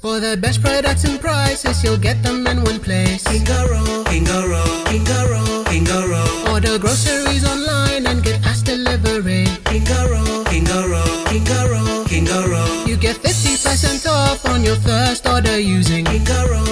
For the best products and prices, you'll get them in one place. Kingaro, Kingaro, Kingaro, Kingaro, Order groceries online and get us delivery. Kingaro, Kingaro, Kingaro, Kingaro, You get 50% off on your first order using Kingaro,